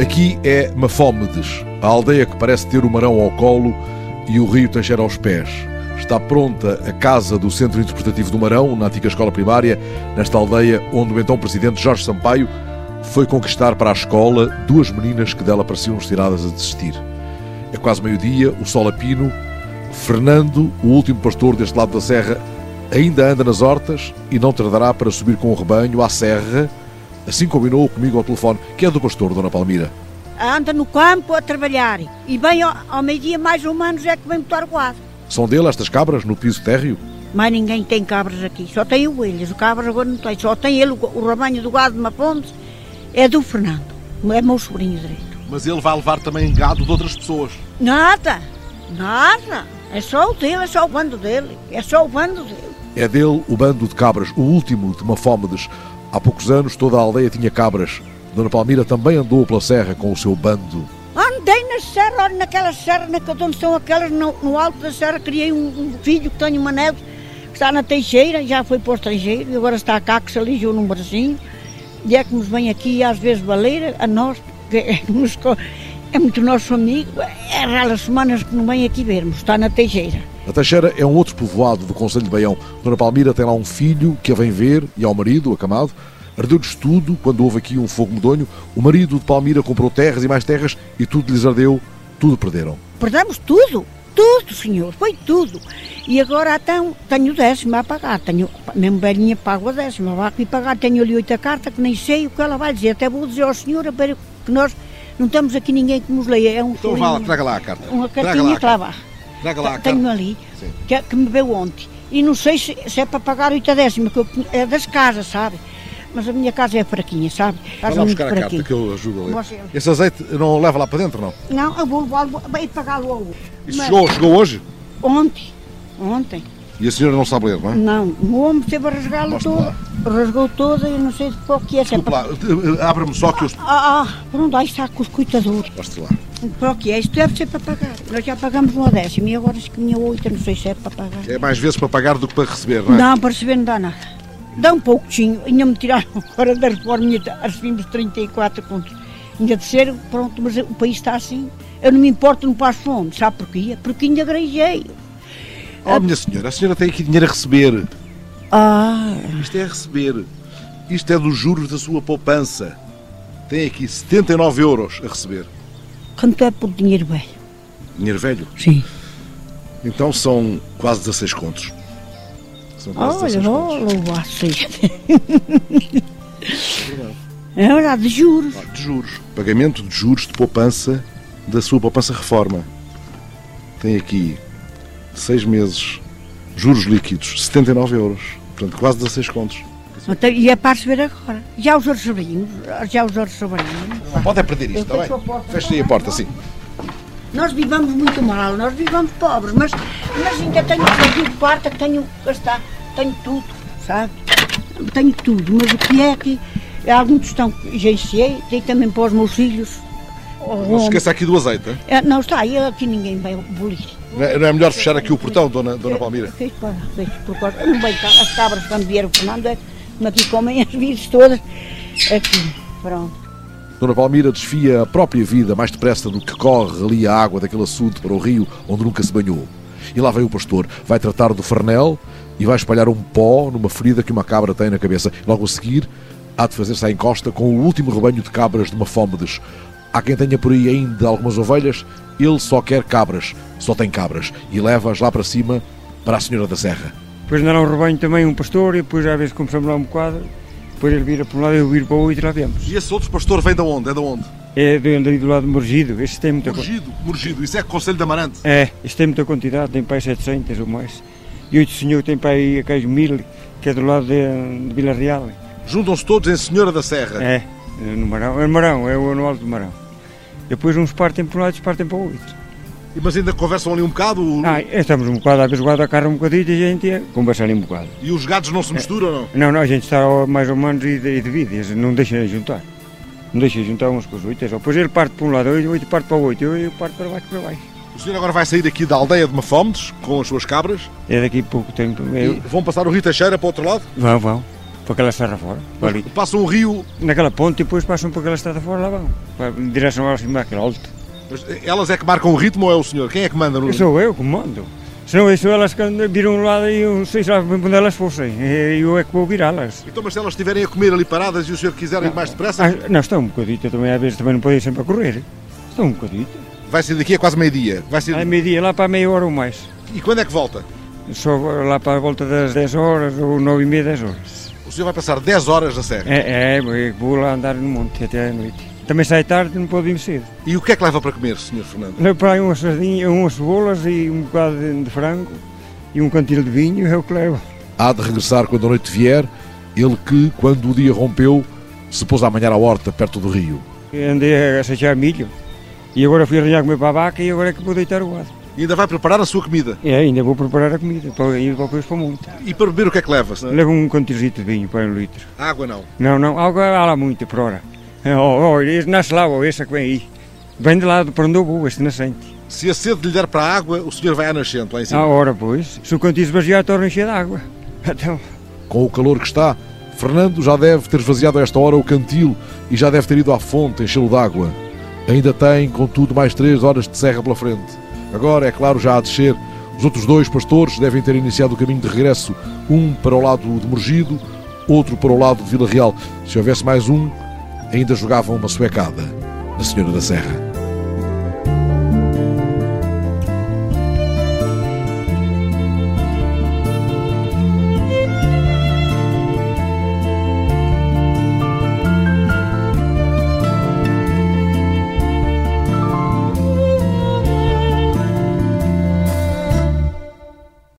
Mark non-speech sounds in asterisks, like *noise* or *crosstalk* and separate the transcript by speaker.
Speaker 1: Aqui é Mafómedes, a aldeia que parece ter o Marão ao colo e o rio Tanger aos pés. Está pronta a casa do Centro Interpretativo do Marão, na antiga escola primária, nesta aldeia onde o então presidente Jorge Sampaio foi conquistar para a escola duas meninas que dela pareciam estiradas a desistir. É quase meio-dia, o sol a pino. Fernando, o último pastor deste lado da serra, ainda anda nas hortas e não tardará para subir com o rebanho à serra, assim combinou comigo ao telefone, que é do pastor, Dona Palmira.
Speaker 2: Anda no campo a trabalhar e bem ao, ao meio-dia mais ou menos é que vem botar o quadro.
Speaker 1: São dele estas cabras no piso térreo?
Speaker 2: Mas ninguém tem cabras aqui, só tem o Willis. O cabras agora não tem, só tem ele, o, o rebanho do gado de Mapondes é do Fernando, é meu sobrinho direito.
Speaker 3: Mas ele vai levar também gado de outras pessoas.
Speaker 2: Nada, nada. É só o dele, é só o bando dele, é só o bando dele.
Speaker 1: É dele o bando de cabras, o último de Mafómedes. Há poucos anos toda a aldeia tinha cabras. Dona Palmira também andou pela serra com o seu bando.
Speaker 2: Andei na serra, olha, naquela serra, naquela onde são aquelas, no, no alto da serra, criei um, um filho que tenho uma neve, que está na Teixeira, já foi para o estrangeiro e agora está cá, que se alijou num barzinho. E é que nos vem aqui às vezes valer a nós, é, *laughs* é, muito nosso amigo, é raras semanas que não vem aqui vermos, está na Teixeira.
Speaker 1: A Teixeira é um outro povoado do Conselho de Baião. Dona Palmira tem lá um filho que a vem ver e ao marido, acamado. Ardeu-lhes tudo quando houve aqui um fogo medonho. O marido de Palmira comprou terras e mais terras e tudo lhes ardeu, tudo perderam.
Speaker 2: Perdemos tudo, tudo, senhor, foi tudo. E agora então, tenho décima a pagar, tenho, mesmo velhinha pago a décima, vá aqui pagar, tenho ali oito a carta que nem sei o que ela vai dizer. Até vou dizer ao senhor a ver que nós não temos aqui ninguém que nos leia. É um
Speaker 3: então vá lá, traga lá a carta.
Speaker 2: Uma cartinha que lá vá.
Speaker 3: Traga lá a carta.
Speaker 2: Tenho ali, que, que, me veio ontem. E não sei se, se é para pagar oito a décima, que eu, é das casas, sabe? Mas a minha casa é fraquinha, sabe?
Speaker 1: Casa Vai lá buscar a fraquinha. carta que eu ajudo a ler. Esse azeite não leva lá para dentro, não?
Speaker 2: Não, eu vou, vou, vou ir pagar logo.
Speaker 1: Isso Mas... chegou, chegou hoje?
Speaker 2: Ontem, ontem.
Speaker 1: E a senhora não sabe ler, não é?
Speaker 2: Não, o homem teve a rasgá-la toda. Rasgou toda e não sei de qual que é.
Speaker 1: Desculpe lá, eh, abra-me só que eu...
Speaker 2: Ah, ah, pronto, aí está com os coitadores.
Speaker 1: Mostre lá.
Speaker 2: Para o que é? Isto deve ser para pagar. Nós já pagamos uma décima e agora acho que minha oito, não sei se é para pagar.
Speaker 1: É mais vezes para pagar do que para receber, não é?
Speaker 2: Não, para receber não dá nada. Dá um pouquinho, ainda me tiraram *laughs* fora da reforma, tá- recebemos 34 contos. Ainda desceram, pronto, mas o país está assim. Eu não me importo, não passo fome, sabe porquê? Porque ainda granjei.
Speaker 1: Oh, minha senhora, a senhora tem aqui dinheiro a receber.
Speaker 2: Ah.
Speaker 1: Isto é a receber. Isto é dos juros da sua poupança. Tem aqui 79 euros a receber.
Speaker 2: Quanto é por dinheiro velho?
Speaker 1: Dinheiro velho?
Speaker 2: Sim.
Speaker 1: Então são quase 16 contos.
Speaker 2: São quase Olha, 16 contos. louvado seja. É verdade, de juros.
Speaker 1: Ah, de juros. Pagamento de juros de poupança da sua poupança reforma. Tem aqui 6 meses, juros líquidos, 79 euros. Portanto, quase 16 contos.
Speaker 2: E é para receber agora. Já os outros sobrinhos, já os outros sobrinhos.
Speaker 1: Pode é perder isto, está bem? Fecha aí a porta, sim.
Speaker 2: Nós vivamos muito mal, nós vivamos pobres, mas, mas ainda tenho que de quarta, tenho que gastar, tenho tudo, sabe? Tenho tudo, mas o que é que algum tostão já enchei, dei também para os meus filhos,
Speaker 1: não se esqueça aqui do azeite.
Speaker 2: É, não está, eu aqui ninguém vai abolir.
Speaker 1: Não, não, é melhor fechar aqui o portão, dona, dona Palmira?
Speaker 2: Fecho, fecho, por causa. Não bem, as cabras quando vieram Fernando é que aqui comem as vides todas. Aqui, pronto.
Speaker 1: Dona Palmira desfia a própria vida mais depressa do que corre ali a água daquele açude para o rio onde nunca se banhou. E lá vem o pastor, vai tratar do farnel e vai espalhar um pó numa ferida que uma cabra tem na cabeça. Logo a seguir, há de fazer-se à encosta com o último rebanho de cabras de Mafómedes. Há quem tenha por aí ainda algumas ovelhas, ele só quer cabras, só tem cabras, e leva-as lá para cima, para a Senhora da Serra.
Speaker 4: Depois andaram um rebanho também, um pastor, e depois às vezes começamos lá um bocado, depois ele vira para um lado e eu viro para o outro e lá viemos.
Speaker 1: E esse outro pastor vem de onde? É de onde?
Speaker 4: É de, ali do lado de Morgido, este tem muita
Speaker 1: Morgido, co... Morgido, isso é Conselho de Amarante?
Speaker 4: É, este tem muita quantidade, tem para aí 700 ou mais, e outro senhor tem para aí aqueles mil, que é do lado de, de Vila Real.
Speaker 1: Juntam-se todos em Senhora da Serra?
Speaker 4: É, no Marão, é no Marão, é o anual do Marão. Depois uns partem para um lado e outros partem para o outro.
Speaker 1: Mas ainda conversam ali um bocado?
Speaker 4: Ah, estamos um bocado, às vezes o gado acarra um bocadinho e a gente conversa ali um bocado.
Speaker 1: E os gados não se misturam, não?
Speaker 4: Não, não, a gente está mais ou menos e divide, não deixa juntar. Não deixa juntar uns com os outros. Depois ele parte para um lado, o outro parte para o outro, eu, eu parto para baixo para baixo.
Speaker 1: O senhor agora vai sair daqui da aldeia de Mafomes com as suas cabras?
Speaker 4: É daqui a pouco tempo.
Speaker 1: Eu... vão passar o Rio Teixeira para o outro lado?
Speaker 4: Vão, vão. para aquela serra fora. para ali.
Speaker 3: Passa um rio,
Speaker 4: Naquela ponte e depois passam para aquela estrada fora lá vão. Para, em direção ao cima daquele alto.
Speaker 3: mas elas é que marcam o ritmo ou é o senhor? Quem é que manda no.
Speaker 4: Eu sou eu que mando. Senão isso elas que andam- viram um lado e eu não sei se lá onde elas fossem. E Eu é que vou virá-las.
Speaker 3: Então, mas se elas estiverem a comer ali paradas e o senhor quiser ir mais depressa,
Speaker 4: Ah, Não, estão um bocadito também, às vezes também não podem sempre a correr. Estão um bocadito.
Speaker 3: vai sair daqui a quase meio-dia. Vai sair...
Speaker 4: Aí meio-dia, lá para a meia hora ou mais.
Speaker 3: E quando é que volta?
Speaker 4: Só lá para a volta das 10 horas ou 9 e meia, 10 horas.
Speaker 3: O senhor vai passar 10 horas na serra.
Speaker 4: É, é, eu vou lá andar no monte até à noite. Também sai tarde, não pode ir cedo.
Speaker 3: E o que é que leva para comer, senhor Fernando?
Speaker 4: Levo para aí um umas sardinhas, umas cebolas e um bocado de de frango e um cantil de vinho, é o que levo.
Speaker 1: Há de regressar quando a noite vier, ele que, quando o dia rompeu, se pôs a amanhar à horta perto do rio.
Speaker 4: Andei a sachear milho e agora fui arranjar comer para a vaca e agora é que vou deitar o gado.
Speaker 3: E ainda vai preparar a sua comida.
Speaker 4: E ainda vou preparar a comida para ir depois para o monte.
Speaker 3: E para beber o que é que leva? senhor?
Speaker 4: Levo um cantilzito de vinho para um litro.
Speaker 3: Água não.
Speaker 4: Não, não, água há lá muito por hora. Oh, oh, esse nasce lá, oh, esse que vem aí. Vem de lá de para onde eu vou, este nascente.
Speaker 3: Se a sede lhe der para a água, o senhor vai à nascente lá em
Speaker 4: À
Speaker 3: cima.
Speaker 4: hora, Ah, pois, se o cantil esvaziar, torna cheio de água. Então,
Speaker 1: Com o calor que está, Fernando já deve ter esvaziado a esta hora o cantil e já deve ter ido à fonte enchê-lo de água. Ainda tem, contudo, mais três horas de serra pela frente. Agora, é claro, já a descer. Os outros dois pastores devem ter iniciado o caminho de regresso, um para o lado de Morgido, outro para o lado de Vila Real. Se houvesse mais um, ainda jogavam uma suecada na Senhora da Serra.